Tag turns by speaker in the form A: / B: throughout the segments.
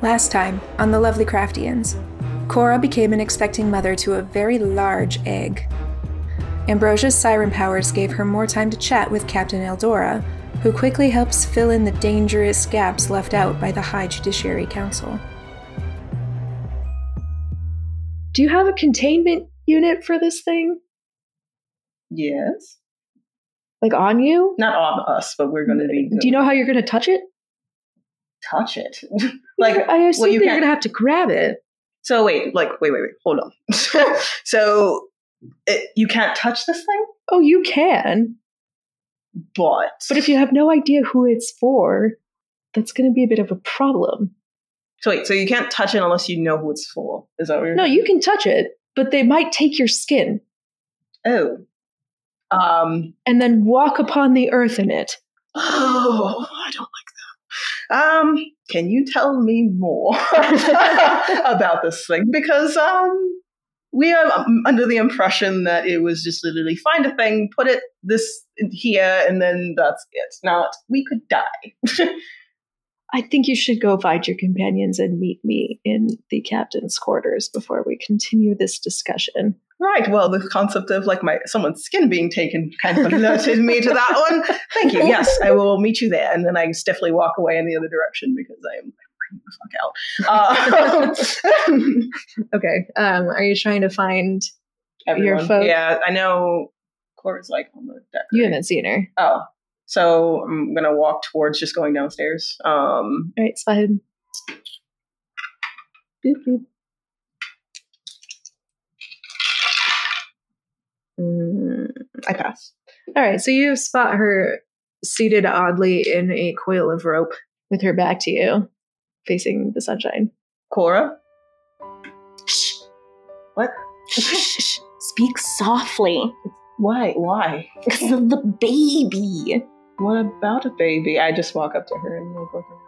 A: Last time, on The Lovely Craftians, Cora became an expecting mother to a very large egg. Ambrosia's siren powers gave her more time to chat with Captain Eldora, who quickly helps fill in the dangerous gaps left out by the High Judiciary Council.
B: Do you have a containment unit for this thing?
C: Yes.
B: Like on you?
C: Not all of us, but we're going to be.
B: Do you know how you're going to touch it?
C: touch it? like,
B: I assume
C: well, you
B: that you're
C: can't-
B: going to have to grab it.
C: so wait, like, wait, wait, wait, hold on. so it, you can't touch this thing,
B: Oh, you can.
C: but
B: But if you have no idea who it's for, that's going to be a bit of a problem.
C: so wait, so you can't touch it unless you know who it's for. Is that what you're?
B: No, you can touch it, but they might take your skin
C: Oh. Um.
B: and then walk upon the earth in it.
C: Oh, I don't like that. Um. Can you tell me more about this thing? Because um. We are um, under the impression that it was just literally find a thing, put it this here, and then that's it. Now we could die.
B: I think you should go find your companions and meet me in the captain's quarters before we continue this discussion.
C: Right. Well, the concept of like my someone's skin being taken kind of alerted me to that one. Thank you. Yes, I will meet you there, and then I stiffly walk away in the other direction because I am freaking the fuck out. Uh,
B: Okay. Um, are you trying to find?
C: everyone.
B: folk?
C: Yeah, I know. Cora's like on the deck.
B: You
C: right?
B: haven't seen her.
C: Oh, so I'm gonna walk towards just going downstairs. Um,
B: All right, so ahead. Boop, boop. Mm,
C: I pass.
B: All right, so you spot her seated oddly in a coil of rope with her back to you, facing the sunshine.
C: Cora.
D: Speak softly.
C: Why? Why?
D: Because of the baby.
C: What about a baby? I just walk up to her and like look around.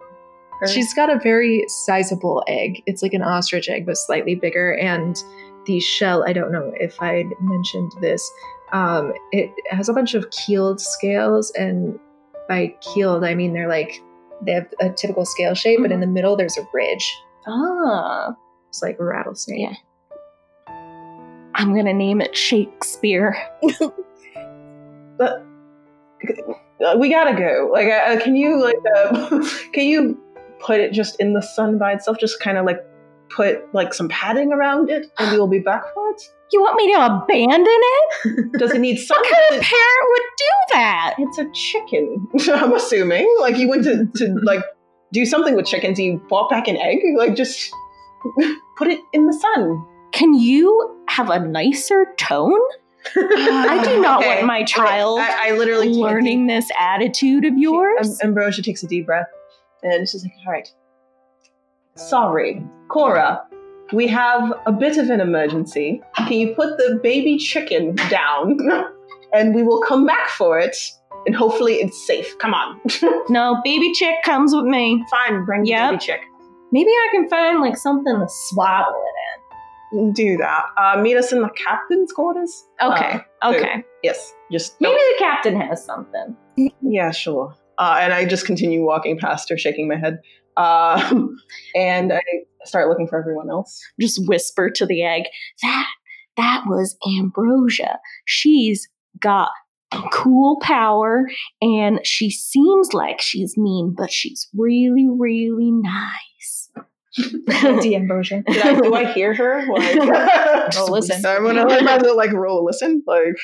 C: Her.
B: She's got a very sizable egg. It's like an ostrich egg, but slightly bigger. And the shell, I don't know if I'd mentioned this, um, it has a bunch of keeled scales. And by keeled, I mean they're like, they have a typical scale shape, but in the middle, there's a ridge.
D: Ah.
B: It's like a rattlesnake.
D: Yeah. I'm going to name it Shakespeare.
C: but uh, we gotta go. Like, uh, can you like uh, can you put it just in the sun by itself? Just kind of like put like some padding around it, and we will be back for it.
D: You want me to abandon it?
C: Does it need sun?
D: What kind of parent would do that?
C: it's a chicken. I'm assuming. Like you went to, to like do something with chickens. You bought back an egg. Like just put it in the sun.
D: Can you have a nicer tone? I do not
C: Okay.
D: want my child
C: I, I literally can't
D: learning this attitude of
C: She-
D: yours.
C: Am- Ambrosia takes a deep breath and she's like, all right. Sorry, Cora, we have a bit of an emergency. Can you put the baby chicken down and we will come back for it? And hopefully it's safe. Come on.
D: no, baby chick comes with me.
C: Fine, bring
D: Yep.
C: the baby chick.
D: Maybe I can find like something to swaddle
C: Do that. Uh, meet us in the captain's quarters.
D: it in. Okay,
C: Uh, so-
D: okay.
C: Yes, just
D: Maybe the captain has something.
C: Yeah, sure. Uh, and I just continue walking past her, shaking my head. Uh, and I start looking for everyone else.
D: Just whisper to the egg that that was Ambrosia. She's got a cool power, and she seems like she's mean, but she's really, really nice.
B: D. Ambrosia.
C: Did I, do I hear her? Like,
B: Oh, listen.
C: I'm gonna I'm gonna, like roll a listen. Like,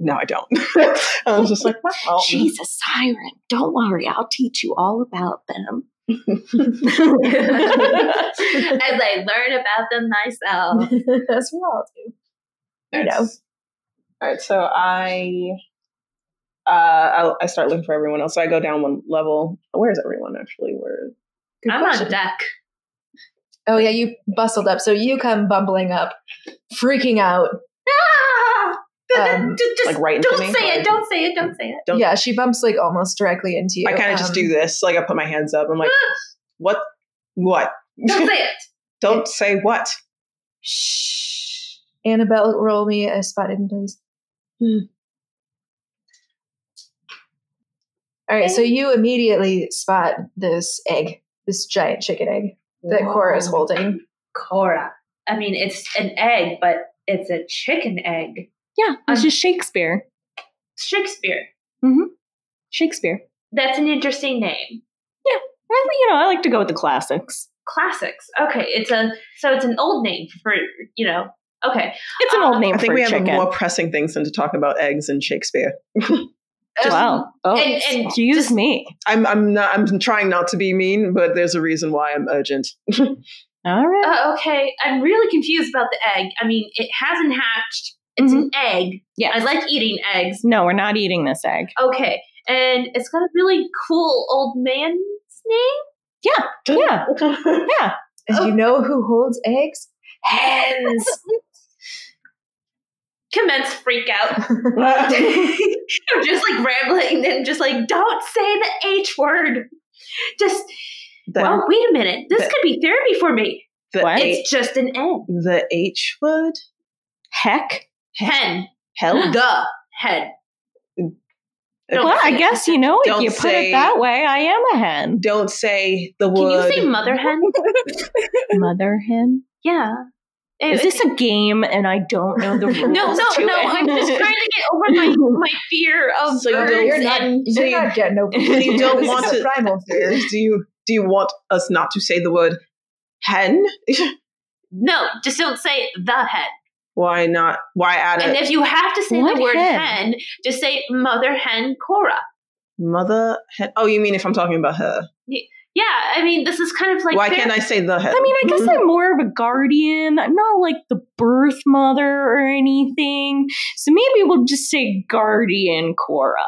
C: no, I don't. I was just like,
E: Oh.
C: wow.
D: She's a siren. Don't worry, I'll teach you all about them.
E: as I learn about them myself.
B: That's what I'll do. you know.
C: All right, so I, uh, I, I start looking for everyone else. So I go down one level. Where is everyone actually? Where?
B: Good
E: I'm
B: question.
E: on deck.
B: Oh, yeah, you bustled up. So you come bumbling up, freaking out.
D: Ah!
B: Um,
E: just
C: like right into
E: don't
C: me?
E: say
C: Like-
E: it. Don't say it. Don't say it.
C: Don't-
B: yeah, she bumps like almost directly into you.
C: I kind of just
B: Um,
C: do this. Like I put my hands up. I'm like, what? What?
E: Don't say it.
C: Don't say what.
B: Annabelle, roll me a spot hidden, please.
C: Hmm.
B: All right, so you immediately spot this egg this giant chicken egg that Cora is holding.
E: Cora. I mean, it's an egg, but it's a chicken egg.
D: Yeah, it's just Shakespeare.
E: Shakespeare.
D: Shakespeare.
E: That's an interesting name.
D: I think, you know, I like to go with the classics.
E: Classics. Okay, it's a so it's an old name for you know. Okay,
D: It's an old name
C: I think
D: for
C: we
D: a
C: have
D: chicken.
C: more pressing things than to talk about eggs and Shakespeare.
E: Um,
D: wow. Oh,
E: and- and
D: excuse
E: just-
D: me.
C: I'm I'm not I'm trying not to be mean, but there's a reason why I'm urgent.
D: All right.
E: Uh, okay, I'm really confused about the egg. I mean, it hasn't hatched. It's an egg.
D: yeah.
E: I like eating eggs.
D: no, we're not eating this egg.
E: Okay, and it's got a really cool old man's name.
D: Yeah. Yeah.
B: And
C: Oh.
B: you know who holds eggs? Hens.
E: Commence freak out. I'm just like rambling and just like, don't say the H word. Just,
C: The,
E: oh, wait a minute. This
C: That-
E: could be therapy for me.
C: the,
D: What?
C: H,
E: It's just an egg.
C: the H word?
D: Heck.
E: Hen.
C: Hell?
E: The head. Don't
D: Well, I
E: say-
D: guess, you know, if
C: Don't
D: you put
C: say-
D: it that way, I am a hen.
C: Don't say the
E: Can
C: word.
E: you say mother hen?
D: Mother hen?
E: Yeah.
D: Is
E: It-
D: this a game and I don't know the rules?
E: no, no,
D: to
E: no.
D: it?
E: I'm just trying to get over my, my fear of
C: So you're-
E: birds.
B: you're not,
E: and
B: you're not getting over
D: So you
C: don't
B: This
C: want
B: is a
C: to-
B: primal fear.
C: do you do you want us not to say the word hen?
E: no, just don't say the hen.
C: Why not? Why add
E: And
C: a
E: if you have to say
D: What
E: the word
D: hen?
E: hen? just say mother hen Cora.
C: mother hen? Oh, you mean if I'm talking about her?
E: Yeah, I mean, this is kind of like.
C: Why
E: ther-
C: can't I say the hen? Hmm.
D: I mean, I guess I'm more of a guardian. I'm not like the birth mother or anything. So maybe we'll just say guardian Cora.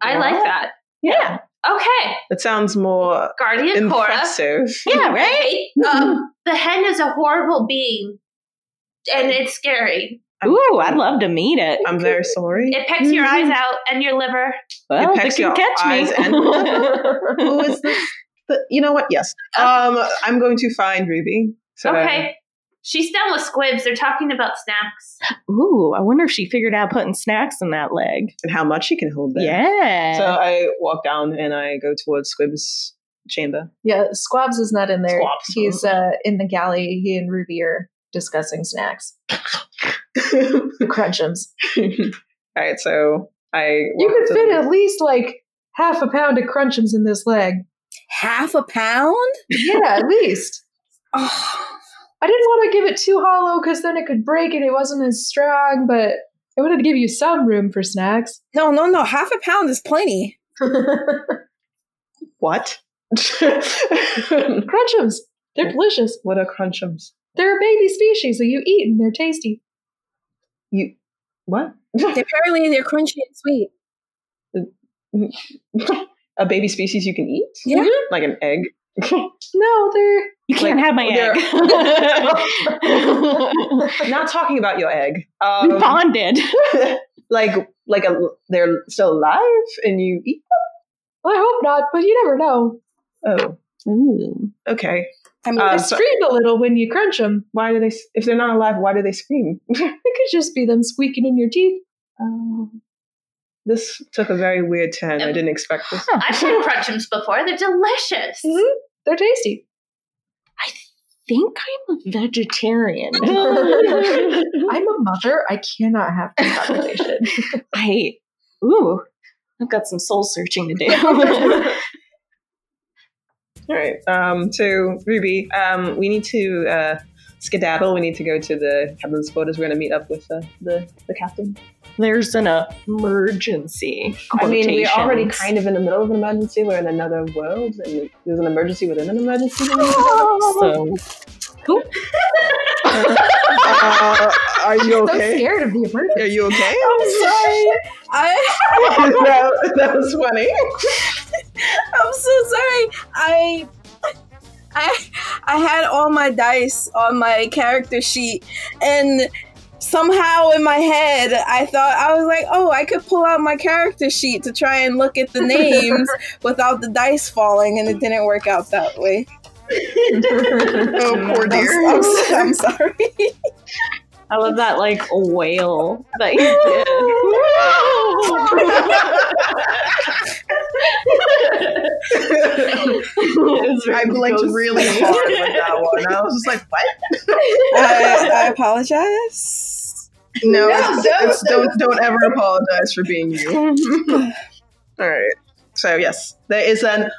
E: I like that.
D: Yeah.
E: Okay,
C: It sounds more
E: Guardian Cora.
C: impressive.
D: Yeah, right?
E: Right? Um, the hen is a horrible being, and it's scary.
D: Ooh, I'd love to meet it.
C: I'm very sorry.
E: It pecks your eyes out and your liver.
D: Well,
C: It
D: they
C: pecks
D: can
C: your
D: catch
C: eyes
D: me.
C: Who is this? The, you know what? Yes.
D: Oh.
C: Um, I'm going to find Ruby. So
E: Okay, she's down with squibs. They're talking about snacks.
D: Ooh, I wonder if she figured out putting snacks in that leg.
C: And how much she can hold there.
D: Yeah.
C: So I walk down and I go towards Squib's chamber.
B: Yeah, Squabs is not in there.
C: Squabs.
B: He's uh, in the galley. He and Ruby are discussing snacks. The crunchums.
C: All right. So I.
B: You
C: walk
B: could
C: to
B: fit
C: the-
B: at least like half a pound of crunchums in this leg.
F: Half a pound?
B: Yeah, at least.
F: Oh,
B: I didn't want to give it too hollow because then it could break and it wasn't as strong, but I wanted to give you some room for snacks.
F: no, no, no. Half a pound is plenty.
C: What?
B: crunchums. They're delicious.
C: what are crunchums?
B: They're a baby species that you eat and they're tasty.
C: You. What?
F: Apparently, they're crunchy and sweet.
C: a baby species you can eat?
F: Yeah.
C: Like an egg?
B: No, they're
D: you can't
C: like,
D: have my
C: they're-
D: egg.
C: Not talking about your egg. Um,
D: Bonded.
C: like like a, they're still alive and you eat
B: I hope not, but you never know.
C: oh
D: Ooh.
C: okay
F: I mean,
C: Uh,
B: They
C: so-
B: scream a little when you crunch them.
C: why do they if they're not alive why do they scream
B: It could just be them squeaking in your teeth.
C: this took a very weird turn i didn't expect this
E: I've had crunchums before. They're delicious.
B: Mm-hmm. They're tasty.
D: think I'm a vegetarian.
B: I'm a mother. I cannot have this conversation.
D: I ooh, I've got some soul searching to do.
C: all right um so ruby um we need to uh skedaddle we need to go to the captain's quarters we're going to meet up with uh, the the captain
D: There's an emergency.
C: i mean we're already
D: quotations.
C: kind of in the middle of an emergency we're in another world and there's an emergency within an emergency within an
D: so
C: uh, are you
B: so scared of the emergency.
C: are you okay
F: I'm sorry. I,
C: that, that was funny
F: I'm so sorry. I, I, I had all my dice on my character sheet, and somehow in my head, I thought I was like, oh, I could pull out my character sheet to try and look at the names without the dice falling, and it didn't work out that way.
C: Oh, poor
F: I'm,
C: dear.
F: I'm so- I'm sorry.
D: I love that like wail that you did.
C: I blinked really hard with that one. I was just like, what?
F: I, I apologize.
C: No, it's, it's, don't don't ever apologize for being you. All right. So yes, there is an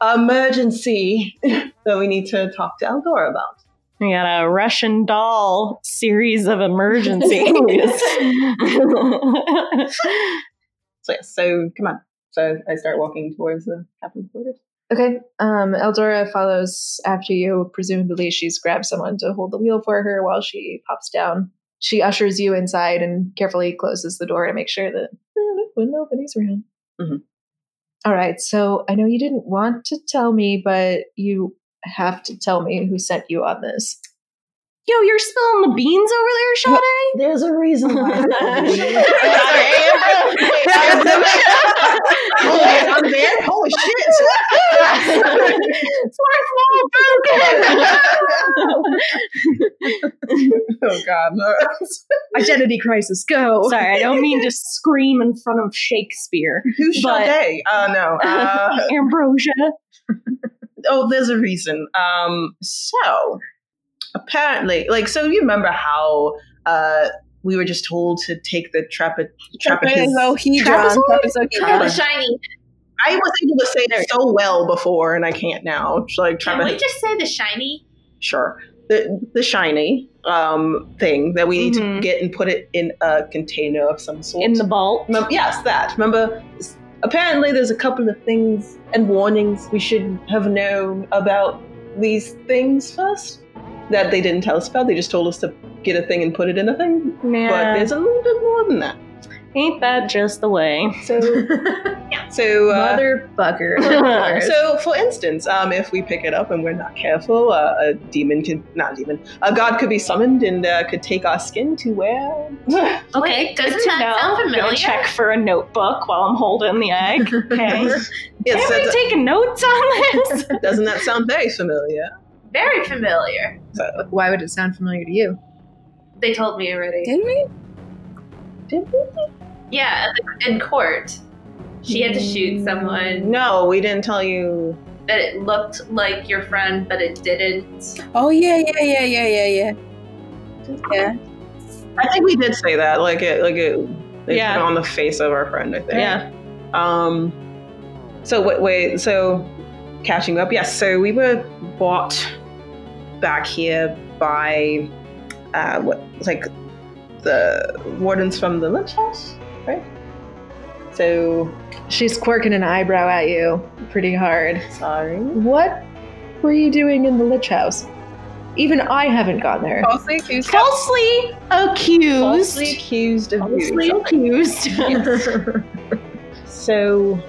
C: emergency that we need to talk to Eldora about.
D: We got a Russian doll series of emergencies.
C: So yes, so come on. So I start walking towards the captain's quarters.
B: Okay. Um, Eldora follows after you. Presumably, she's grabbed someone to hold the wheel for her while she pops down. She ushers you inside and carefully closes the door to make sure that mm, when nobody's around.
C: Mhm.
B: All right. So I know you didn't want to tell me, but you have to tell me who sent you on this.
D: Yo, you're spilling the beans over there, Sade?
C: There's a reason I'm there. Holy shit! oh god, no.
B: Identity crisis. Go.
D: Sorry, I don't mean to scream in front of Shakespeare.
C: who's
D: But-
C: Sade? Oh no. Uh,
D: Ambrosia.
C: oh, there's a reason. Um, so apparently, like, so you remember how uh we were just told to take the trape- trapezoid.
F: Trapezohedron. Trapezohedron.
E: The shiny.
C: I was able to say it so well before, and I can't now. It's Like
E: Can we
C: trapezoid,
E: just say the shiny?
C: sure. The, the shiny um, thing that we need to
D: Mhm.
C: get and put it in a container of some sort.
D: In the vault.
C: Mem- yes, that. Remember, s- apparently there's a couple of things and warnings we should have known about these things first that they didn't tell us about. They just told us to get a thing and put it in a thing. But
D: Nah,
C: there's a little bit more than that.
D: ain't that just the way?
C: So, so uh,
B: Motherfucker.
C: So, for instance, um, if we pick it up and we're not careful, uh, a demon can not a demon, a god could be summoned and uh, could take our skin to where.
E: Wait, doesn't
D: good to
E: that
D: know.
E: sound
D: I'm gonna
E: familiar?
D: check for a notebook while I'm holding the egg. Okay.
C: yes,
D: Anybody
C: that,
D: taking notes on this?
C: doesn't that sound very familiar?
E: Very familiar.
B: Why would it sound familiar to you?
E: They told me already.
F: Didn't we?
E: Yeah, at the- in court. She had to shoot
C: Mm.
E: someone
C: No, we didn't tell you.
E: that it looked like your friend, but it didn't.
F: Oh yeah, yeah, yeah, yeah, yeah, yeah. Yeah.
C: I think we did say that. Like it, like it. They
D: Yeah.
C: put it on the face of our friend. I think.
D: Yeah.
C: Um. So wait, wait. So catching up. Yes. So we were bought back here by uh, what like the wardens from the lynch house, right? So
B: She's quirking an eyebrow at you pretty hard.
C: sorry.
B: What were you doing in the Lich House? Even I haven't gone there.
C: Oh.
F: Falsely accused.
D: Falsely
C: Falsely
D: accused.
C: accused of beauty.
D: Falsely accused.
C: So
D: we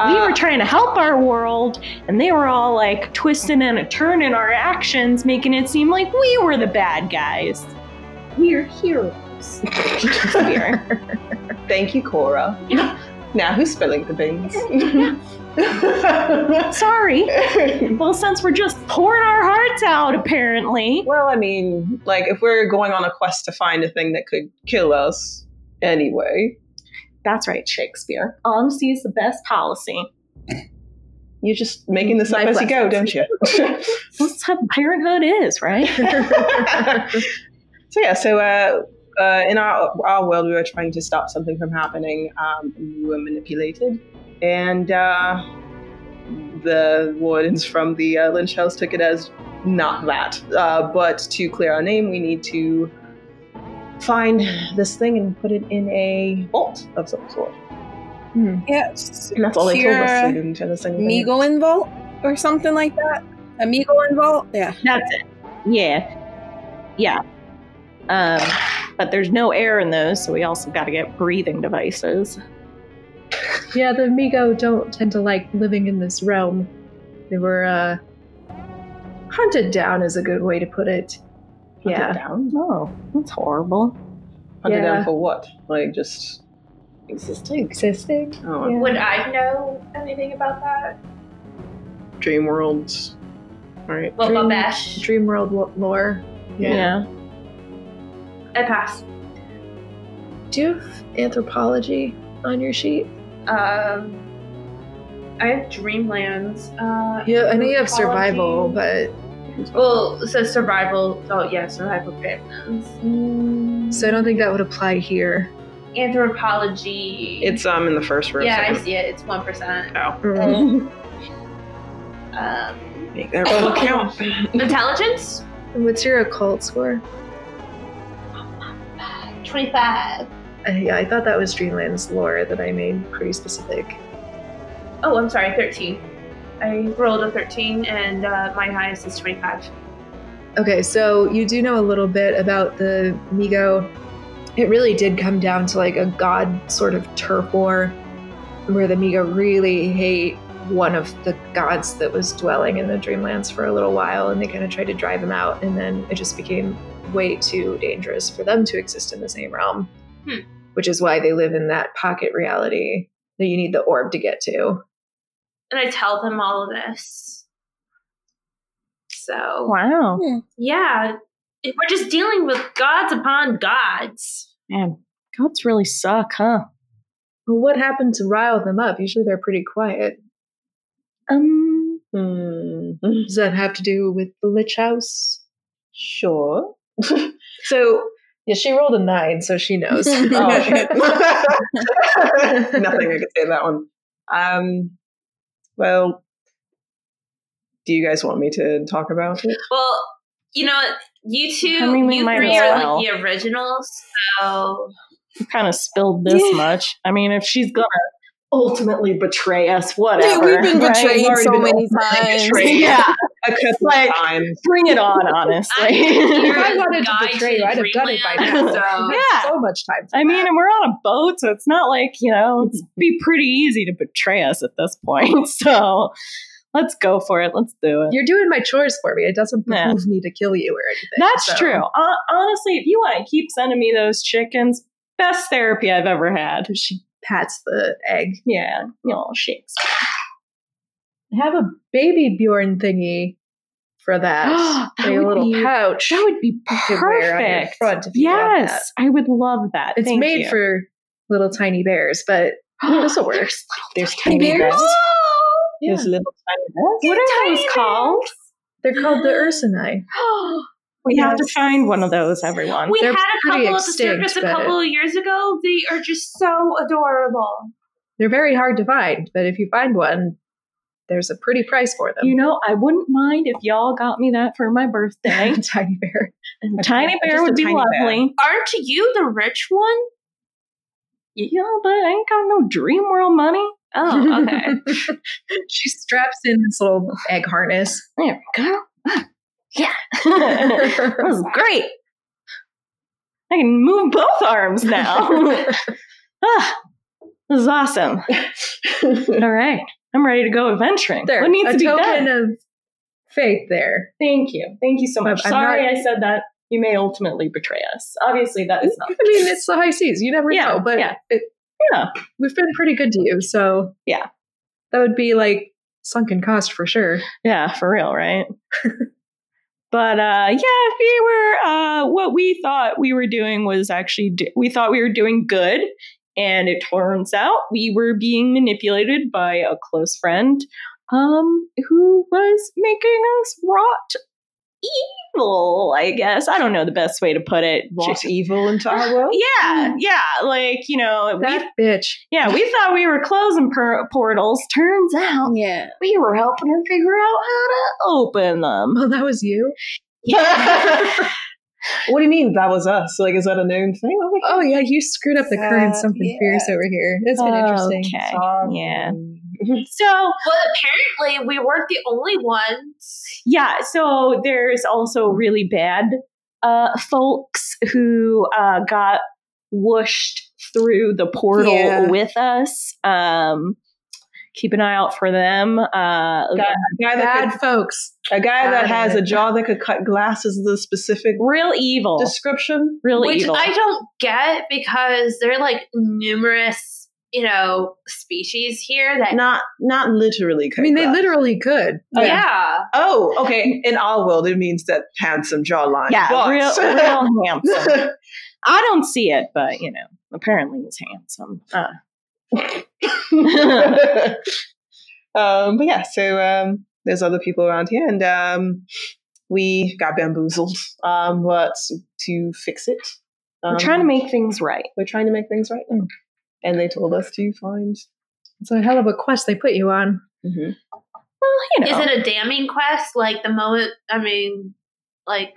C: uh,
D: were trying to help our world, and they were all like twisting and turning our actions, making it seem like we were the bad guys. We're heroes. we are.
C: Thank you, Cora. Now who's spilling the beans?
D: Sorry. Well, since we're just pouring our hearts out, apparently.
C: well, I mean, like if we're going on a quest to find a thing that could kill us anyway,
D: That's right, Shakespeare. Honesty is the best policy.
C: you're just making this up
B: Life
C: as you go, don't you?
D: That's how parenthood is, right?
C: so yeah, so uh, uh, in our our world, we were trying to stop something from happening. Um, and we were manipulated, and uh, the wardens from the uh, Lynch House took it as not that. Uh, but to clear our name, we need to find this thing and put it in a vault of some sort.
F: Yes.
C: And that's all they told us. They
F: Cure
C: didn't tell us anything.
F: Amigo Involt or something like that. Amigo Involt. Yeah.
D: That's it. Yeah. Yeah. Um, but there's no air in those, so we also got to get breathing devices.
B: Yeah, the Migo don't tend to like living in this realm. They were uh, hunted down, is a good way to put it.
C: Hunted
B: Yeah.
C: down.
D: Oh, that's horrible.
C: Hunted
B: Yeah.
C: down for what? Like just existing.
B: Existing.
C: Oh,
B: Yeah.
E: Would I know anything about that?
C: dream worlds. All right.
E: Well,
B: Dream-
E: Babesh,
B: Dream world wo- lore.
D: Yeah.
E: I passed.
B: Do you have anthropology on your sheet?
E: Um, I have Dreamlands. Uh,
B: Yeah, I know you have survival,
E: Ecology.
B: but
E: Well, it says survival. Oh, yeah, survival Dreamlands. Mm,
B: so I don't think that would apply here.
E: anthropology.
G: It's um in the first row.
E: yeah, I
G: second.
E: see it. It's one percent.
G: Mm-hmm.
D: Oh.
E: Um,
G: Make that roll count.
E: intelligence.
B: What's your occult score?
E: Twenty-five.
B: Uh, yeah, I thought that was Dreamland's lore that I made pretty specific.
E: Oh, I'm sorry, thirteen. I rolled a thirteen, and uh, my highest is twenty-five.
B: Okay, so you do know a little bit about the Migo. It really did come down to like a god sort of turf war where the Migo really hate one of the gods that was dwelling in the Dreamlands for a little while and they kind of tried to drive him out and then it just became way too dangerous for them to exist in the same realm,
E: Hmm.
B: which is why they live in that pocket reality that you need the orb to get to.
E: And I tell them all of this. So
D: Wow.
E: yeah, if we're just dealing with gods upon gods.
D: Man, gods really suck, huh?
B: Well, what happened to rile them up? Usually they're pretty quiet.
D: Um,
G: Hmm.
B: Does that have to do with the Lich House?
G: Sure.
B: So yeah, she rolled a nine, so she knows. Um,
G: Oh, shit. Nothing I could say to that one. Um, well, do you guys want me to talk about it?
E: Well, you know, what? you two,
D: I mean, we
E: you
D: might
E: three
D: as
E: are
D: well.
E: like the originals, so
D: kind of spilled this
F: Yeah.
D: much. I mean, if she's gonna ultimately betray us, whatever.
F: Dude, we've been
D: right?
F: betrayed
G: already
F: so
G: been
F: many times.
G: betrayed.
D: Yeah,
G: A couple
D: Like-
G: of times.
D: bring it on,
E: I'm
D: honestly.
E: here
B: If I
E: as
B: wanted to
E: guide
B: betray you,
E: the
B: I'd have done it by
E: dreamland,
D: now.
E: So
D: Yeah.
B: so much time.
D: I mean, and we're on a boat, so it's not like, you know, it'd be pretty easy to betray us at this point. So let's go for it. Let's do it.
B: You're doing my chores for me. It doesn't
D: Yeah.
B: behoove me to kill you or anything.
D: That's
B: so.
D: true. Hon- honestly, if you want to keep sending me those chickens, best therapy I've ever had.
B: She pats the egg.
D: Yeah, you know, shakes.
B: I have a baby Bjorn thingy for that.
D: That
B: Like a
D: would
B: little
D: be-
B: pouch.
D: That would be
B: you could wear on your
D: perfect.
B: front if you want
D: yes, I would love that.
B: it's
D: Thank
B: made
D: you.
B: for little tiny bears, but this will work.
G: There's tiny
F: bears?
G: bats.
B: Yeah.
G: There's little tiny
D: What are those called?
B: They're called the Ursini.
D: We have to
B: Yes.
D: find one of those, everyone.
E: we
B: They're
E: had a
B: pretty
E: couple at the
B: extinct,
E: circus a
B: but-
E: couple of years ago. They are just so adorable.
B: They're very hard to find, but if you find one, there's a pretty price for them.
D: You know, I wouldn't mind if y'all got me that for my birthday.
B: tiny bear.
D: And
G: A
D: tiny
G: tiny-
D: bear
G: just
D: would
G: a
D: be
G: tiny bear.
D: lovely.
E: Aren't you the rich one?
D: Yeah, but I ain't got no dream world money.
E: Oh, okay.
B: she straps in this little egg harness.
D: There we go. Ah, Yeah. that was great. I can move both arms now. ah, this is awesome.
G: bats.
D: All right. I'm ready to go adventuring.
B: there,
D: what needs
B: a
D: to be
B: token
D: done?
B: of faith. There,
D: Thank you. Thank you so much.
B: I'm
D: Sorry
B: not-
D: I said that. You may ultimately betray us. Obviously, that is
B: I
D: not.
B: mean, it's the high seas. You never
D: Yeah,
B: know, but
D: yeah.
B: It,
D: Yeah.
B: we've been pretty good to you. So
D: Yeah.
B: that would be like sunken cost for sure.
D: Yeah, for real, right? but uh, yeah, we were uh, what we thought we were doing was actually do- we thought we were doing good, and it turns out we were being manipulated by a close friend, um, who was making us rot evil. I guess I don't know the best way to put it.
G: Wrought
D: She-
G: evil into our world?
D: yeah, yeah, like you know, we,
B: That bitch.
D: yeah, we thought we were closing per- portals. Turns out
F: Yeah.
D: we were helping her figure out how to open them.
B: Well, that was you.
G: What do you mean that was us? Like, is that a known thing? Oh,
B: Oh yeah, you screwed up the current
A: Uh,
B: something
A: yeah.
B: fierce over here. It's been interesting.
D: Okay.
G: Sorry.
D: Yeah. So
E: Well, apparently we weren't the only ones.
D: yeah, so there's also really bad uh, folks who uh, got whooshed through the portal
A: Yeah.
D: with us. Um, keep an eye out for them. Uh,
G: A guy that
B: Bad
G: could
B: folks.
G: A guy that
B: Got
G: has
B: it.
G: a jaw that could cut glass is the specific
D: real evil,
G: description.
D: real
E: which
D: evil.
E: I don't get because there are like numerous, you know, species here that.
G: Not not literally. Cut
B: I mean, they
G: glass.
B: literally could.
E: yeah.
G: Oh, okay. In our world, it means that handsome jawline.
D: yeah,
G: But-
D: real, real handsome. I don't see it, but you know, apparently he's handsome. Uh.
C: Um, but yeah, so um, there's other people around here, and um, we got bamboozled. Um, but to fix it, um,
D: We're trying to Mm. make things right.
C: we're trying to make things right now. And they told us to find.
B: It's a hell of a quest they put you on.
C: Mhm.
D: Well, you know.
E: Is it a damning quest? Like the moment, I mean, like,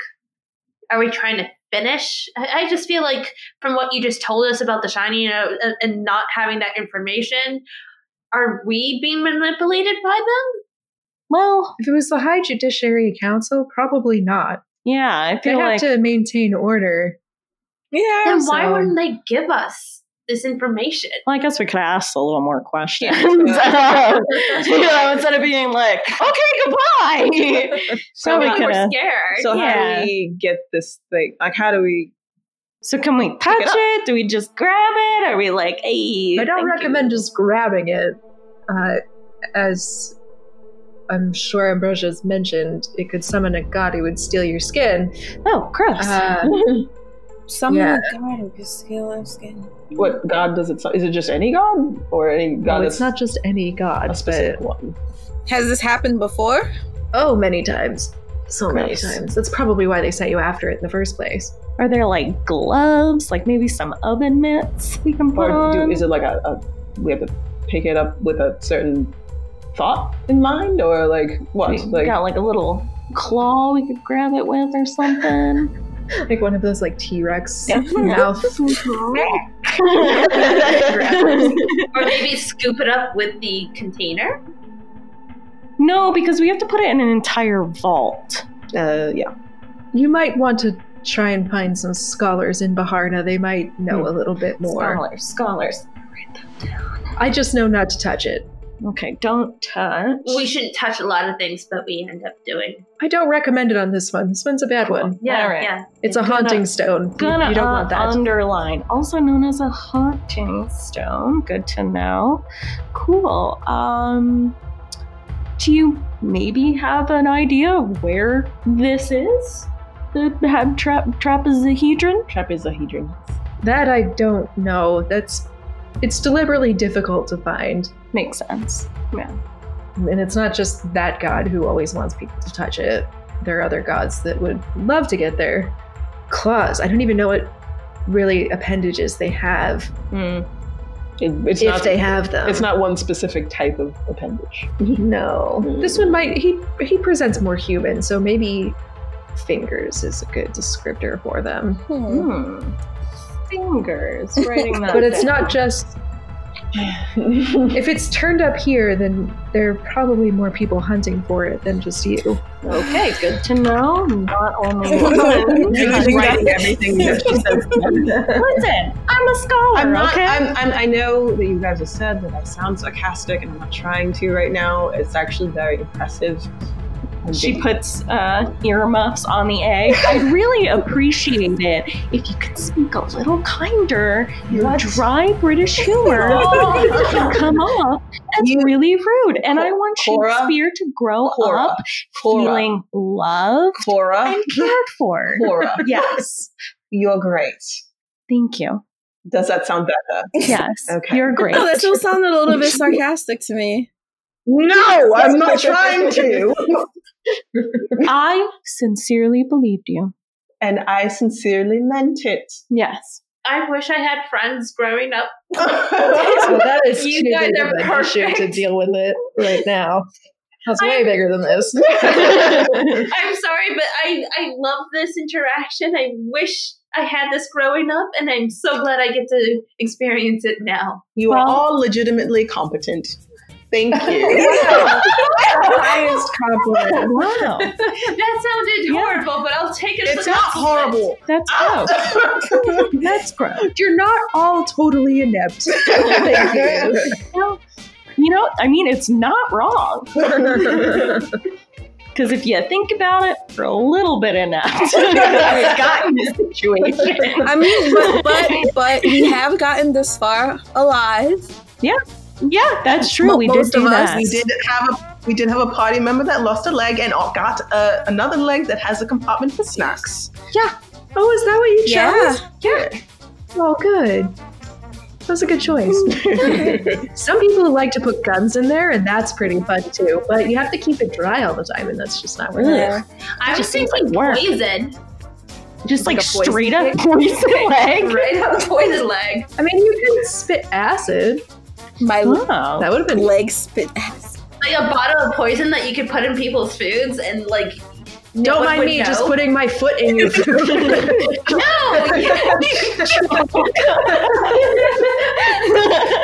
E: are we trying to finish? I, I just feel like from what you just told us about the shiny you know, and, and not having that information, are we being manipulated by them?
D: well,
B: If it was the High Judiciary Council, probably not.
D: yeah, I
B: They
D: feel
B: have
D: like
B: to maintain order.
F: Yeah.
E: Then why
B: so-
E: wouldn't they give us this information?
D: Well, I guess we could ask a little more questions.
C: Yeah.
D: you know, instead of being like, okay, goodbye.
C: So
D: Probably
C: how-
E: We're
D: coulda-
E: scared.
C: So how
D: Yeah.
C: do we get this thing? Like, how do we?
D: So can we touch
C: it
D: it,
C: up.
D: Do we just grab it? Are we like, hey?
B: I don't
D: thank
B: recommend
D: you.
B: just grabbing it. Uh, as I'm sure Ambrosia's mentioned, it could summon a god who would steal your skin.
D: Oh, gross.
B: Uh,
F: Some Oh
B: Yeah.
F: god who could steal our skin.
C: What god does it? Is it just any god or any
B: no,
C: god?
B: it's
C: that's
B: not just any
C: a
B: god, but
C: specific one.
F: Has this happened before?
B: oh, many times. So many
C: Gross.
B: times. That's probably why they sent you after it in the first place.
D: Are there like gloves? Like maybe some oven mitts we can put
C: Or
D: on?
C: do, is it like a, a we have to pick it up with a certain thought in mind, or like what?
D: we
C: Like
D: got like a little claw we could grab it with or something.
B: Like one of those like T Rex
D: Yeah.
B: mouth.
E: or maybe scoop it up with the container?
D: no, because we have to put it in an entire vault.
C: uh, yeah,
B: You might want to try and find some scholars in Baharna. They might know a little bit more.
D: Hmm. Scholars, scholars.
B: I just know not to touch it.
D: Okay, don't touch.
E: We shouldn't touch a lot of things, but we end up doing.
B: I don't recommend it on this one. This one's a bad one.
E: Yeah,
D: All right.
E: yeah.
B: It's a haunting stone. You-
D: Gonna
B: you don't
D: uh,
B: want that.
D: underline, also known as a haunting stone. Good to know. Cool. Um, do you maybe have an idea of where this is? The ha- tra- trapezohedron?
C: trapezohedron.
B: that I don't know. That's it's deliberately difficult to find.
D: Makes sense.
B: And it's not just that god who always wants people to touch it. There are other gods that would love to get their claws. I don't even know what really appendages they have.
C: It, it's
B: if
C: not.
B: they have them.
C: it's not one specific type of appendage.
B: No. This one might he he presents more human, so maybe fingers is a good descriptor for them.
D: Hmm. Fingers. Writing that.
B: But it's
D: down.
B: not just if it's turned up here, then there are probably more people hunting for it than just you.
D: Okay, good to know. Not only one.
C: writing everything that she says.
D: Listen, I'm a scholar.
C: I'm not.
D: okay?
C: I'm, I'm, I know that you guys have said that I sound sarcastic, and I'm not trying to right now. It's actually very impressive. I'm
D: She
C: being-
D: puts uh, earmuffs on the egg. I'd really appreciate it if you could speak a little kinder. Your dry British humor can come off as
C: You-
D: really rude. And I want
C: Cora?
D: Shakespeare to grow
C: Cora.
D: up
C: Cora.
D: feeling loved
C: Cora.
D: and cared for.
C: Cora.
D: Yes.
C: You're great.
D: Thank you.
C: Does that sound better?
D: Yes.
C: Okay.
D: You're great.
F: No, that still sounded a little bit sarcastic to me.
C: No, I'm not trying to.
D: I sincerely believed you.
C: And I sincerely meant it.
D: Yes.
E: I wish I had friends growing up.
B: So that is
E: You
B: too
E: guys
B: big
E: are
B: of an issue to
E: perfect.
B: deal with it right now. That's way bigger than this.
E: I'm sorry, but I, I love this interaction. I wish I had this growing up, and I'm so glad I get to experience it now.
C: you are
D: Well-
C: all legitimately competent. Thank you.
B: Highest compliment.
D: Wow.
E: That sounded
D: Yeah.
E: horrible, but I'll take it. as
C: it's
E: a
C: not horrible.
E: compliment.
D: That's gross. That's gross.
B: You're not all totally inept. Thank you.
D: Well, you know, I mean, it's not wrong. Because if you think about it for a little bit enough, we've gotten this situation.
F: I mean, but, but but we have gotten this far alive.
D: Yeah, that's true.
F: Mo-
D: we
F: most
D: did do
F: of us,
D: that.
F: we
C: We did have a we did have a party member that lost a leg and got uh, another leg that has a compartment for snacks.
B: Oh, is that what you chose?
F: Yeah.
B: Oh, good. That's a good choice. Some people like to put guns in there, and that's pretty fun too. But you have to keep it dry all the time, and that's just not worth
D: Ugh.
E: I was
D: just seems
E: thinking
D: like work.
E: poison.
D: Just like,
B: Like a poison
D: straight up poison leg.
E: Right on the poison leg.
B: it. I mean, you could spit acid.
F: My
D: Oh.
B: That would have been
F: legs spit ass.
E: Like a bottle of poison that you could put in people's foods and like. no
B: Don't
E: one
B: mind
E: would
B: me just
E: know.
B: putting my foot in your food.
E: No!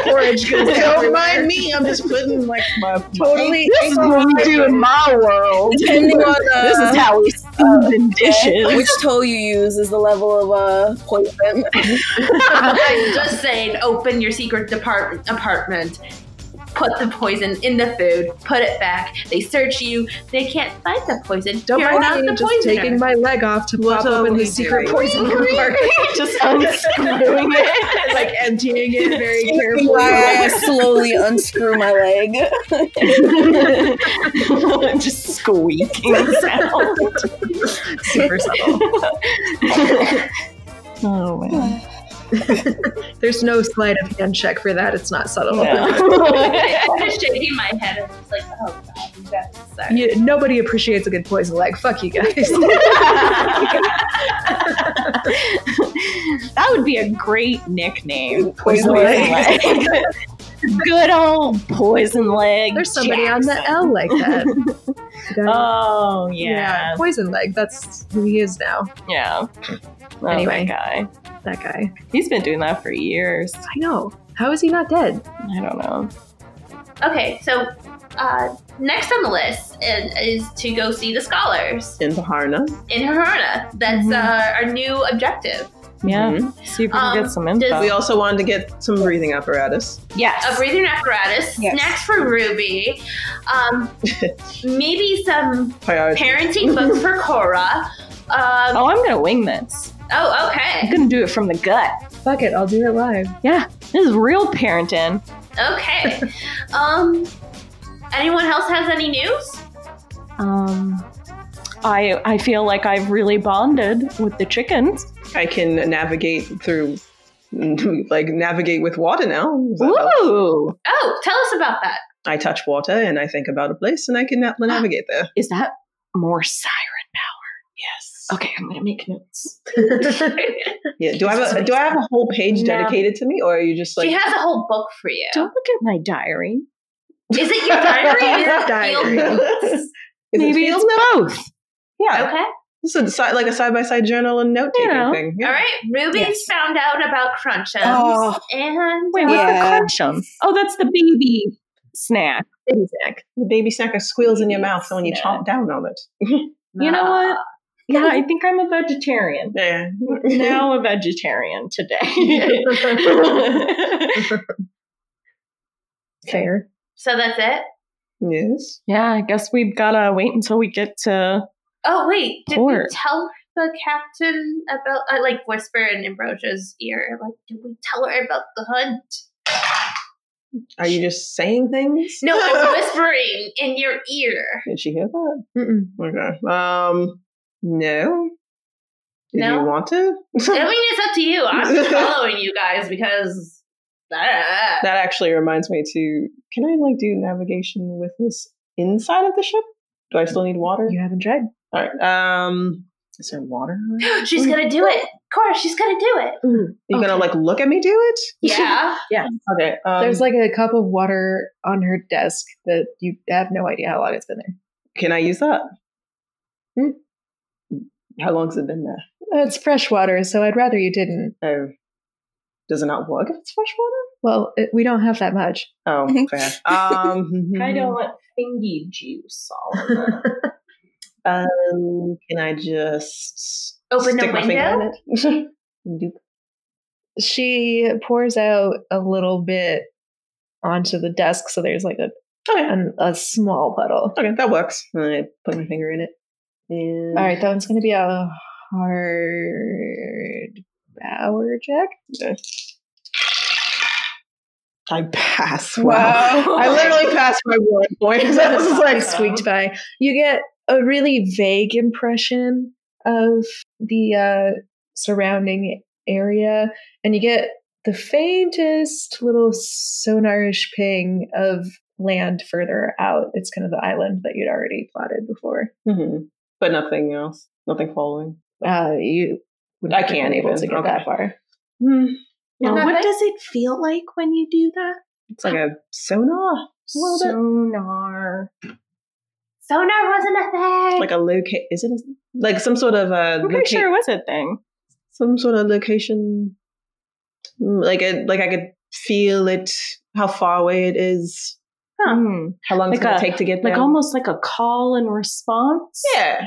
B: Porridge goes
C: Don't
B: everywhere.
C: mind me. I'm just putting like my
F: Totally.
D: This is what we do in my world.
F: Depending on
D: this is
F: uh,
D: how we season dishes.
F: which tool you use is the level of uh, poison.
E: I'm just saying, open your secret department apartment. Put the poison in the food. Put it back. They search you. They can't find the poison.
B: Don't
E: You're not
B: mind me
E: the
B: just
E: poisoner.
B: taking my leg off to
C: What
B: pop
C: are
B: open
C: we
B: the secret
C: doing?
B: poison compartment,
D: just unscrewing it.
B: like emptying it very carefully.
F: I slowly unscrew my leg.
D: just squeaking sound.
B: Super subtle.
D: Oh man.
B: There's no sleight of hand check for that. It's not subtle.
D: No.
E: I'm just shaking my head. I'm just like, oh god, you guys suck.
B: You- nobody appreciates a good poison leg. Fuck you guys.
D: that would be a great nickname.
F: Poison
D: leg. Good old poison leg.
B: There's somebody on the
D: Jackson.
B: L like that.
D: Oh yeah,
B: Poison leg. That's who he is now.
D: yeah. Oh,
B: Anyway.
D: that guy,
B: That guy.
D: he's been doing that for years.
B: I know. How is he not dead?
D: I don't know.
E: Okay, so uh, next on the list is, is to go see the scholars
C: in Baharna.
E: in Hirona. That's
B: Mm-hmm.
D: Mhm.
E: uh, our new objective.
D: Yeah,
C: Mhm.
D: see if we
E: Um,
D: can get some info.
E: does-
C: We also wanted to get some breathing apparatus.
E: A
D: yes.
E: breathing apparatus.
F: Yes.
E: Snacks for Ruby. Um, maybe some
C: Priority.
E: parenting books for Cora. Um,
D: Oh, I'm gonna wing this.
E: oh,
D: I'm
E: okay.
D: gonna do it from the gut.
B: Fuck it. I'll do it live.
D: This is real parenting.
E: Okay. um, anyone else has any news?
D: Um, I I feel like I've really bonded with the chickens.
C: I can navigate through, like navigate with water now. Does that help?
D: Ooh,
E: Oh, tell us about that.
C: I touch water and I think about a place and I can na- navigate there.
D: is that more siren power?
C: Yes.
D: Okay, I'm gonna make notes.
C: Yeah. Do I have a Do I have a whole page
D: No.
C: dedicated to me, or are you just like
E: she has a whole book for you.
D: Don't look at my diary.
E: Is it your diary? Is it
B: Diary.
E: field notes?
C: Is it
D: Maybe
C: field
D: it's
C: note?
D: both.
C: Yeah.
E: Okay.
C: This is a, si- like a side by side journal and note taking
D: You know.
C: thing. Yeah.
E: All right. Ruby's
F: Yes.
E: found out about Crunchums.
F: Oh.
E: And
D: Wait, what's
F: Yeah.
D: the crunchum? Oh, that's the baby snack.
C: Baby snack. The baby snacker squeals in your mouth when you
D: Yeah.
C: chomp down on it.
D: You know what? Yeah, I think I'm a vegetarian.
C: Yeah.
D: Now a vegetarian today.
B: Fair.
E: So that's it?
C: yes.
D: yeah, I guess we've gotta wait until we get to
E: Oh, wait. Did
D: Poor.
E: we tell the captain about, I like whisper in Ambrosia's ear, like, did we tell her about the hunt?
C: Are you just saying things?
E: No, I'm whispering in your ear.
C: Did she hear that?
B: Mm-mm.
C: Okay. Um. No. Did
E: No?
C: you want to?
E: I mean, it's up to you. I'm just following you guys because. Ah.
C: That actually reminds me to can I like do navigation with this inside of the ship? Do I still need water?
B: You haven't tried.
C: All right. Um is there water? Are
E: she's gonna do it. Cora, she's gonna do it.
C: you gonna like look at me do it?
E: Yeah.
C: Okay. Um,
B: There's like a cup of water on her desk that you have no idea how long it's been there.
C: can I use that?
B: Hmm.
C: How long's it been there?
B: Uh, It's fresh water, so I'd rather you didn't.
C: Oh. Does it not work if it's fresh water?
B: Well, it, we don't have that much. Mm-hmm.
C: Oh, fair. Um,
D: I don't want fingy juice all over.
C: Um, can I just
E: Open the
C: stick my finger
E: window?
C: in it? Doop.
B: She pours out a little bit onto the desk, so there's like a
C: okay.
B: an, a small puddle.
C: Okay, that works. And I put my finger in it. And
B: All right, that one's going to be a hard power check.
C: I pass. Wow. I literally passed my one point. I was just
B: I
C: like,
B: squeaked by. You get a really vague impression of the uh, surrounding area, and you get the faintest little sonarish ping of land further out. It's kind of the island that you'd already plotted before.
C: hmm But nothing else. Nothing following.
B: Uh, you would not
C: I
B: have been
C: can't
B: able
C: even.
B: to get
C: Okay.
B: that far.
C: Hmm.
D: Now,
E: Not
D: what
E: that-
D: does it feel like when you do that?
C: It's like a sonar. A little bit.
D: Sonar.
E: Sonar wasn't a thing.
C: Like a locate. Is it a- like some sort of a
D: I'm pretty
C: locate?
D: sure it was a thing.
C: Some sort of location. Mm, Like it. Like I could feel it. How far away it is.
E: Huh.
D: Hmm.
C: How long it's
D: Like
C: gonna
D: a-
C: take to get there.
D: Like almost like a call and response.
C: Yeah.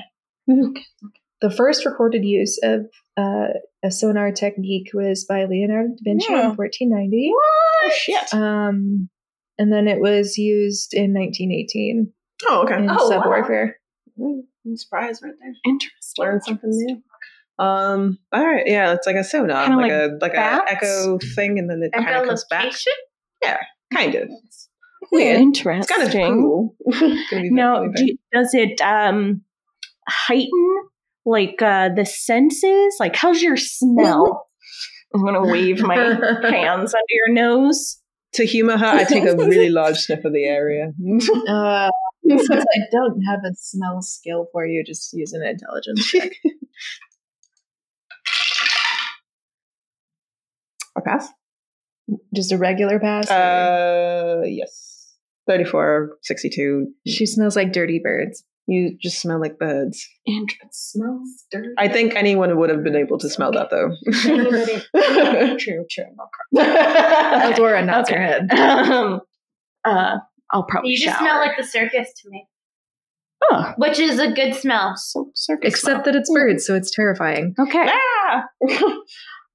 B: The first recorded use of uh, a sonar technique was by Leonardo da Vinci
F: Yeah.
B: in 1490.
C: Oh shit.
B: Um, and then it was used in 1918
C: Oh okay.
D: Uh-huh.
B: in
E: Oh,
B: sub
E: wow.
B: warfare.
C: Mm, I'm surprised right there.
D: Interesting.
C: Learn something new. Um. All right. Yeah. It's like a sonar,
D: Kinda
C: like,
D: like
C: a like
D: bats?
C: a echo thing, and then it kind of comes back.
E: Echolocation?
C: Kind of.
D: Weird.
C: Weird.
D: Interesting.
C: It's kind of cool. It's gonna be
D: Now,
C: very-
D: do, does it um, heighten like uh, the senses? Like, how's your smell? I'm gonna wave my hands under your nose.
C: to humor her, I take a really large sniff of the area.
B: Uh, since I don't have a smell skill for you, just use an intelligence check.
C: I pass.
B: just a regular pass. or-
C: Uh, yes. 34, 62.
B: she smells like dirty birds.
C: You just smell like birds.
D: And it smells dirty.
C: I think anyone would have been able to smell that though.
D: true, true.
C: Ah!
B: Eldora nods her head.
D: Um, uh, I'll probably
E: You
D: shower.
E: just smell like the circus to me,
D: oh,
E: which is a good smell.
D: so circus.
B: Except that it's birds, so it's terrifying.
D: smell. okay.
C: yeah.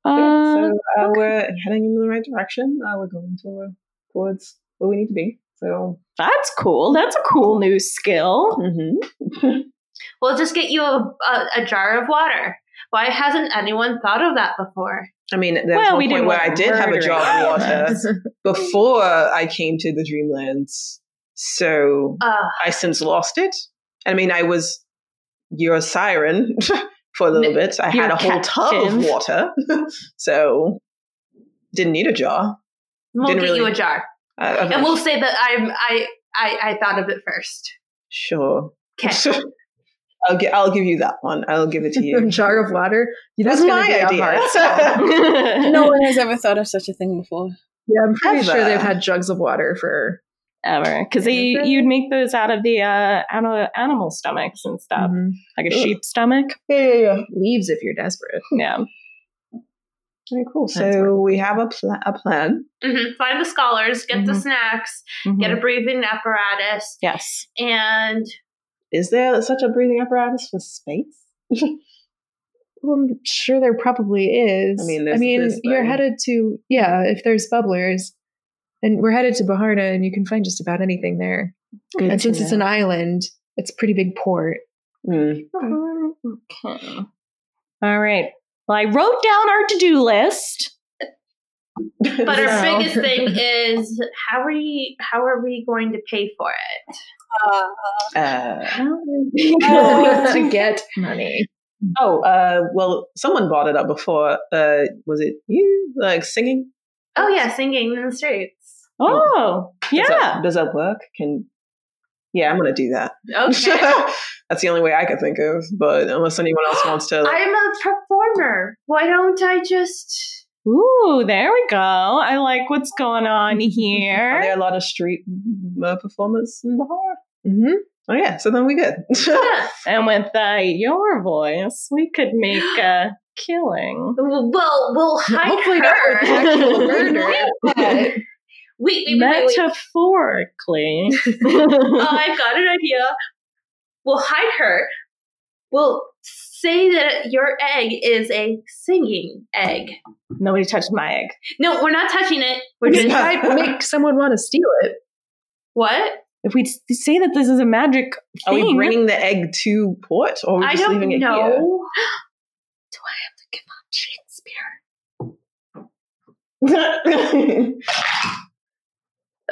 D: Uh,
C: so uh, we're heading in the right direction. Uh, we're going to, towards where we need to be. So,
D: that's cool. That's a cool new skill.
C: mhm.
E: We'll just get you a, a, a jar of water. Why hasn't anyone thought of that before?
C: I mean, there's
D: Well,
C: one
D: we
C: point
D: didn't
C: where
D: want
C: I did have a jar of
D: murder.
C: water before I came to the Dreamlands. So
E: Uh,
C: I since lost it. I mean, I was your siren for a little bit. I had
D: Your
C: a whole tub
D: captive.
C: of water, so didn't need a jar.
E: we'll
C: Didn't
E: get you
C: really-
E: a jar,
C: I, I'm
E: and
C: not
E: we'll say that I'm I I, I thought of it first.
C: sure.
E: Okay.
C: I'll gi- I'll give you that one. I'll give it to you.
B: jar of water.
C: That's
B: gonna
C: my
B: be a
C: idea.
B: hard
F: No one has ever thought of such a thing before.
B: Yeah, I'm pretty sure
C: Ever.
B: they've had jugs of water for.
D: ever because
B: Ever.
D: you'd make those out of the uh, animal, animal stomachs and stuff,
B: Mhm.
D: like a
C: Ugh.
D: sheep stomach.
C: yeah, yeah, yeah.
B: leaves if you're desperate.
D: Yeah.
C: Very cool.
B: That's
C: So we have a, pl- a plan.
E: hmm Find the scholars, get
B: Mm-hmm.
E: the
D: Mhm.
E: snacks,
D: Mhm.
E: get a breathing apparatus,
D: yes.
E: and
C: Is there such a breathing apparatus for space?
B: Well, I'm sure there probably is.
C: I mean,
B: I
C: there's
B: mean,
C: this
B: you're
C: thing.
B: headed to yeah. If there's bubblers, and we're headed to Baharna, and you can find just about anything there.
C: Good
B: and
C: to
B: since it's
C: know.
B: an island, it's a pretty big port.
C: Mm.
D: Okay. All right. Well, I wrote down our to do list.
E: but
B: No.
E: our biggest thing is how are we how are we going to pay for it?
F: Uh,
C: Uh,
B: to get money.
C: oh, uh, well, someone brought it up before. Uh, was it you? Like singing?
E: Oh yeah, singing in the streets.
D: Oh,
C: Does
D: yeah.
C: that, does that work? Can yeah, I'm gonna do that.
E: Okay.
C: That's the only way I could think of. But unless anyone else wants to, like,
E: I'm a performer. Why don't I just
D: Ooh, there we go. I like what's going on
C: are there
D: here.
C: a lot of street uh, performers in Bahar?
B: hmm
E: Mm-hmm.
C: Oh yeah, so then we good.
E: Yeah.
D: And with uh, your voice, we could make a killing.
E: well we'll hide
B: Hopefully not
E: her.
B: with actual murder. but
E: Wait, wait, wait, wait, wait.
D: Metaphorically.
E: Oh, I've got an idea. We'll hide her. We'll say that your egg is a singing egg.
D: Nobody touched my egg.
E: No, we're not touching it. We're
B: it
E: just
B: might make someone want to steal it.
E: what?
D: If we s- say that this is a magic
C: are
D: thing,
C: Oh, we bringing the egg to port, or are we
E: I
C: just leaving it
E: don't
C: here?
E: know.
D: Shakespeare.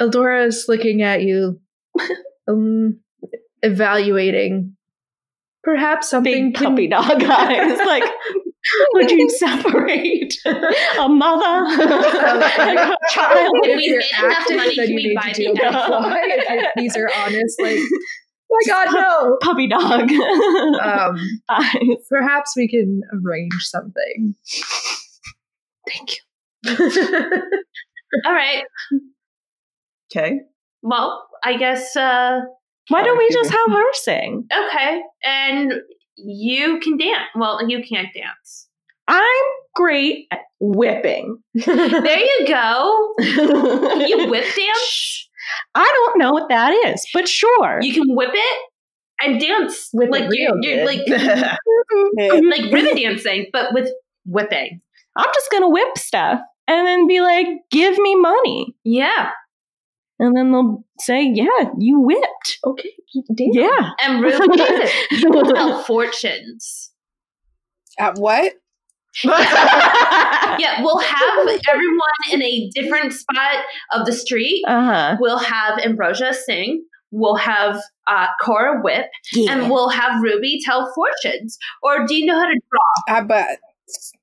B: Eldora's looking at you, um, evaluating. Perhaps something
D: big
B: can-
D: puppy dog eyes, like Would you separate a mother?
H: I
D: child?
E: If
B: If
E: we
B: you're
E: made enough
B: active,
E: money,
B: then
E: can
B: you
E: we
B: need
E: buy
B: to do
E: the
B: a
D: iPhone?
B: butterfly. If it- these are honest. Like, my God, no.
D: Puppy dog. Uh,
B: Um,
D: Eyes.
B: perhaps we can arrange something.
D: Thank you.
E: All right.
H: okay.
E: Well, I guess. uh
D: Why don't we
H: Sorry,
D: just have her sing?
E: Okay, and you can dance. Well, you can't dance.
D: I'm great at whipping.
E: There you go. You
D: I
E: whip dance.
D: don't know what that is, but sure.
E: You can whip it and dance
B: Whip it
E: like
B: real
E: you're,
B: good.
E: you're like
F: Yeah.
E: like ribbon dancing, but with whipping.
D: I'm just gonna whip stuff and then be like, give me money.
E: Yeah,
D: And then they'll say, yeah, you whipped.
B: Okay, damn.
D: Yeah.
E: and really you will tell fortunes.
F: At what?
D: uh
E: Yeah, we'll have everyone in a different spot of the street.
D: huh.
E: We'll have Ambrosia sing. We'll have uh, Cora whip, and we'll have Ruby tell fortunes. Or do you know how to draw?
F: I but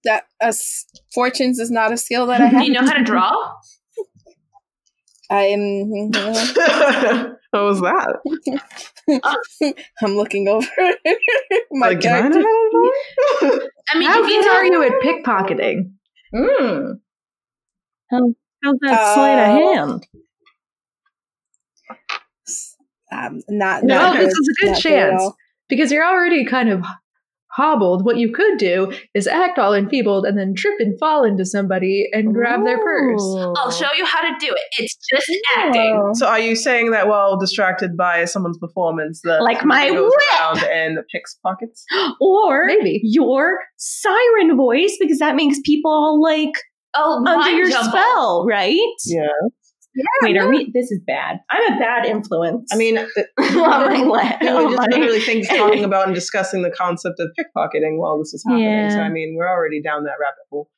F: that uh, fortunes is not a skill that I
E: Do you
F: have.
E: know how to draw?
F: Mm-hmm. I'm
C: what was that?
F: I'm looking over my
C: Like, can I
F: character.
C: know that?
E: I mean,
B: How
E: if you
B: good are
E: tell
B: you at pickpocketing?
C: Mm.
D: How's that sleight
F: Oh.
D: of hand?
F: Um, not
B: No,
F: not
B: this is a good
F: not at
B: chance.
F: all.
B: Because you're already kind of hobbled. What you could do is act all enfeebled and then trip and fall into somebody and grab their purse.
E: I'll show you how to do it. It's just acting.
F: Oh.
C: So are you saying that while distracted by someone's performance, that
D: Like my
C: somebody
D: whip.
C: around and picks pockets?
D: Or
B: Maybe.
D: your siren voice, because that makes people all like
E: Oh,
D: under
E: mind
D: your
E: jumble.
D: spell, right?
C: Yeah.
D: Wait, are we? This is bad. I'm a bad influence.
C: I mean, it,
D: on my leg.
C: we just
D: on Oh my-
C: literally think talking about and discussing the concept of pickpocketing while this is happening.
D: Yeah.
C: So I mean, we're already down that rabbit hole.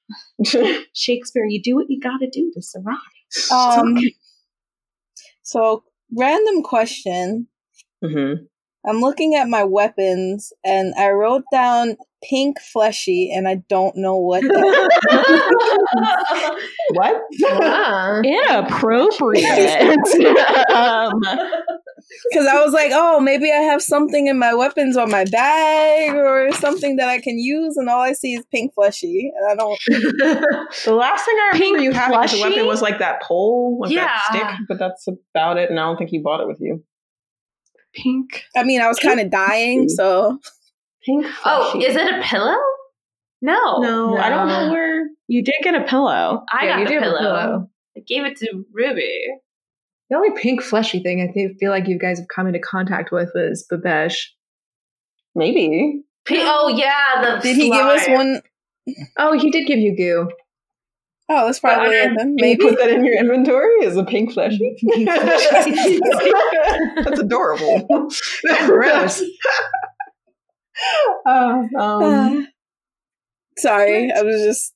D: Shakespeare, you do what you gotta do to survive.
F: Um, so random question.
C: mm-hmm.
F: I'm looking at my weapons and I wrote down pink fleshy and I don't know what that
C: What?
B: Ah.
D: Inappropriate. um,
F: because I was like, oh, maybe I have something in my weapons or my bag or something that I can use, and all I see is pink fleshy, and I don't.
C: the last thing I remember
D: Pink
C: you having as a
D: plushie?
C: weapon was like that pole, like that
E: Yeah.
C: stick, but that's about it. And I don't think he bought it with you.
D: pink.
F: I mean, I was kind of dying, so
C: Pink.
E: Oh, is it a pillow? No.
C: No, I don't know where.
D: You did get a pillow.
E: I
B: Yeah,
E: got
B: you
E: the
B: do have a
E: pillow.
B: pillow.
E: I gave it to Ruby.
B: The only pink fleshy thing I think, feel like you guys have come into contact with was Babesh.
C: Maybe.
E: P- oh yeah, the
F: did he give us one
B: Oh, he did give you goo.
F: oh that's probably it then. Maybe.
C: You put that in your inventory as a pink fleshy. That's adorable.
B: Gross.
C: Oh, um,
F: Uh, sorry, I was just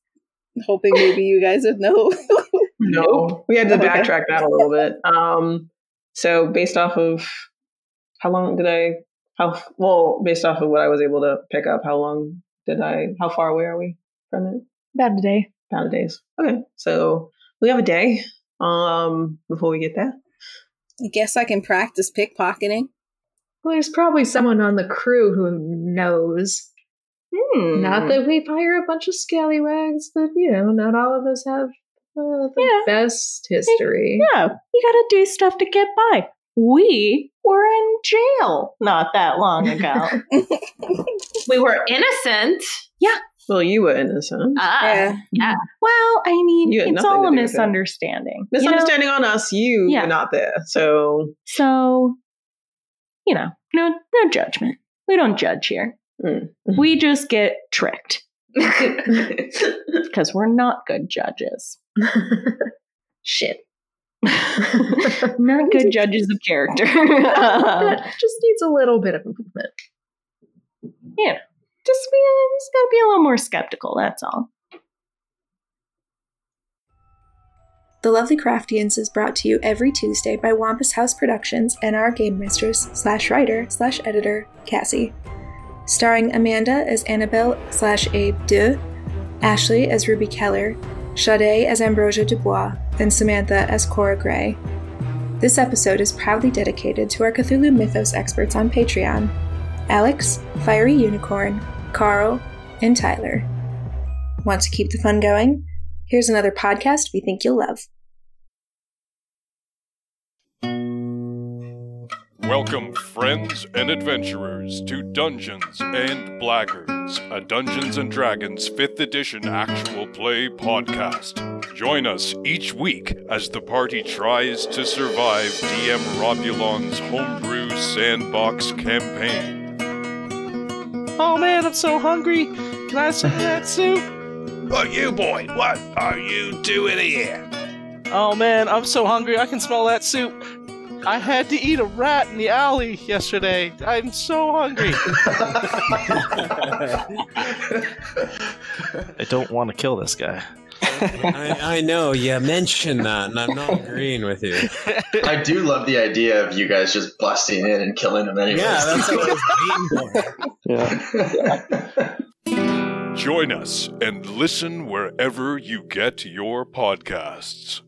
F: hoping maybe you guys would know.
C: no, we had to
F: Okay.
C: backtrack that a little bit. Um, so based off of how long did I? How well based off of what I was able to pick up? How long did I? How far away are we from it?
D: Bad day.
C: About of days. Okay, so we have a day. Um, before we get there.
F: I guess I can practice pickpocketing.
B: Well, there's probably someone on the crew who knows.
D: Hmm.
B: Not that we hire a bunch of scallywags, but you know, not all of us have uh, the
D: Yeah.
B: best history.
D: Yeah, you gotta do stuff to get by. We were in jail not that long ago.
E: We were innocent.
C: Well, you were innocent.
E: Ah.
F: Yeah.
D: well, I mean,
C: You had
D: it's
C: nothing
D: all
C: to
D: a
C: do with it.
D: misunderstanding. you know?
C: Misunderstanding on us. You
D: Yeah.
C: were not there. So
D: So, you know, no, no judgment. We don't judge here.
C: Mm.
D: We just get tricked
C: That's
D: because we're not good judges. Shit. not good judges of character. Um,
B: That just needs a little bit of improvement.
D: just be, just gotta be a little more skeptical. That's all.
A: The Lovely Craftians is brought to you every Tuesday by Wampus House Productions and our game mistress slash writer slash editor, Cassie. starring Amanda as Annabelle slash Abe De, Ashley as Ruby Keller, Sade as Ambrosia Dubois, and Samantha as Cora Gray. This episode is proudly dedicated to our Cthulhu Mythos experts on Patreon Alex, Fiery Unicorn, Carl, and Tyler. Want to keep the fun going? Here's another podcast we think you'll love.
I: Welcome, friends and adventurers, to Dungeons and Blackguards, a Dungeons and Dragons 5th Edition actual play podcast. Join us each week as the party tries to survive DM Robulon's homebrew sandbox campaign.
G: Oh man, I'm so hungry. Can I have some of that soup?
I: But you, boy, what are you doing here?
G: Oh man, I'm so hungry. I can smell that soup. I had to eat a rat in the alley yesterday. I'm so hungry.
J: I don't want to kill this guy.
K: I, I know you mentioned that, and I'm not agreeing with you.
L: I do love the idea of you guys just busting in and killing them anyways.
K: Yeah, that's what I was waiting for.
J: Yeah.
I: Join us and listen wherever you get your podcasts.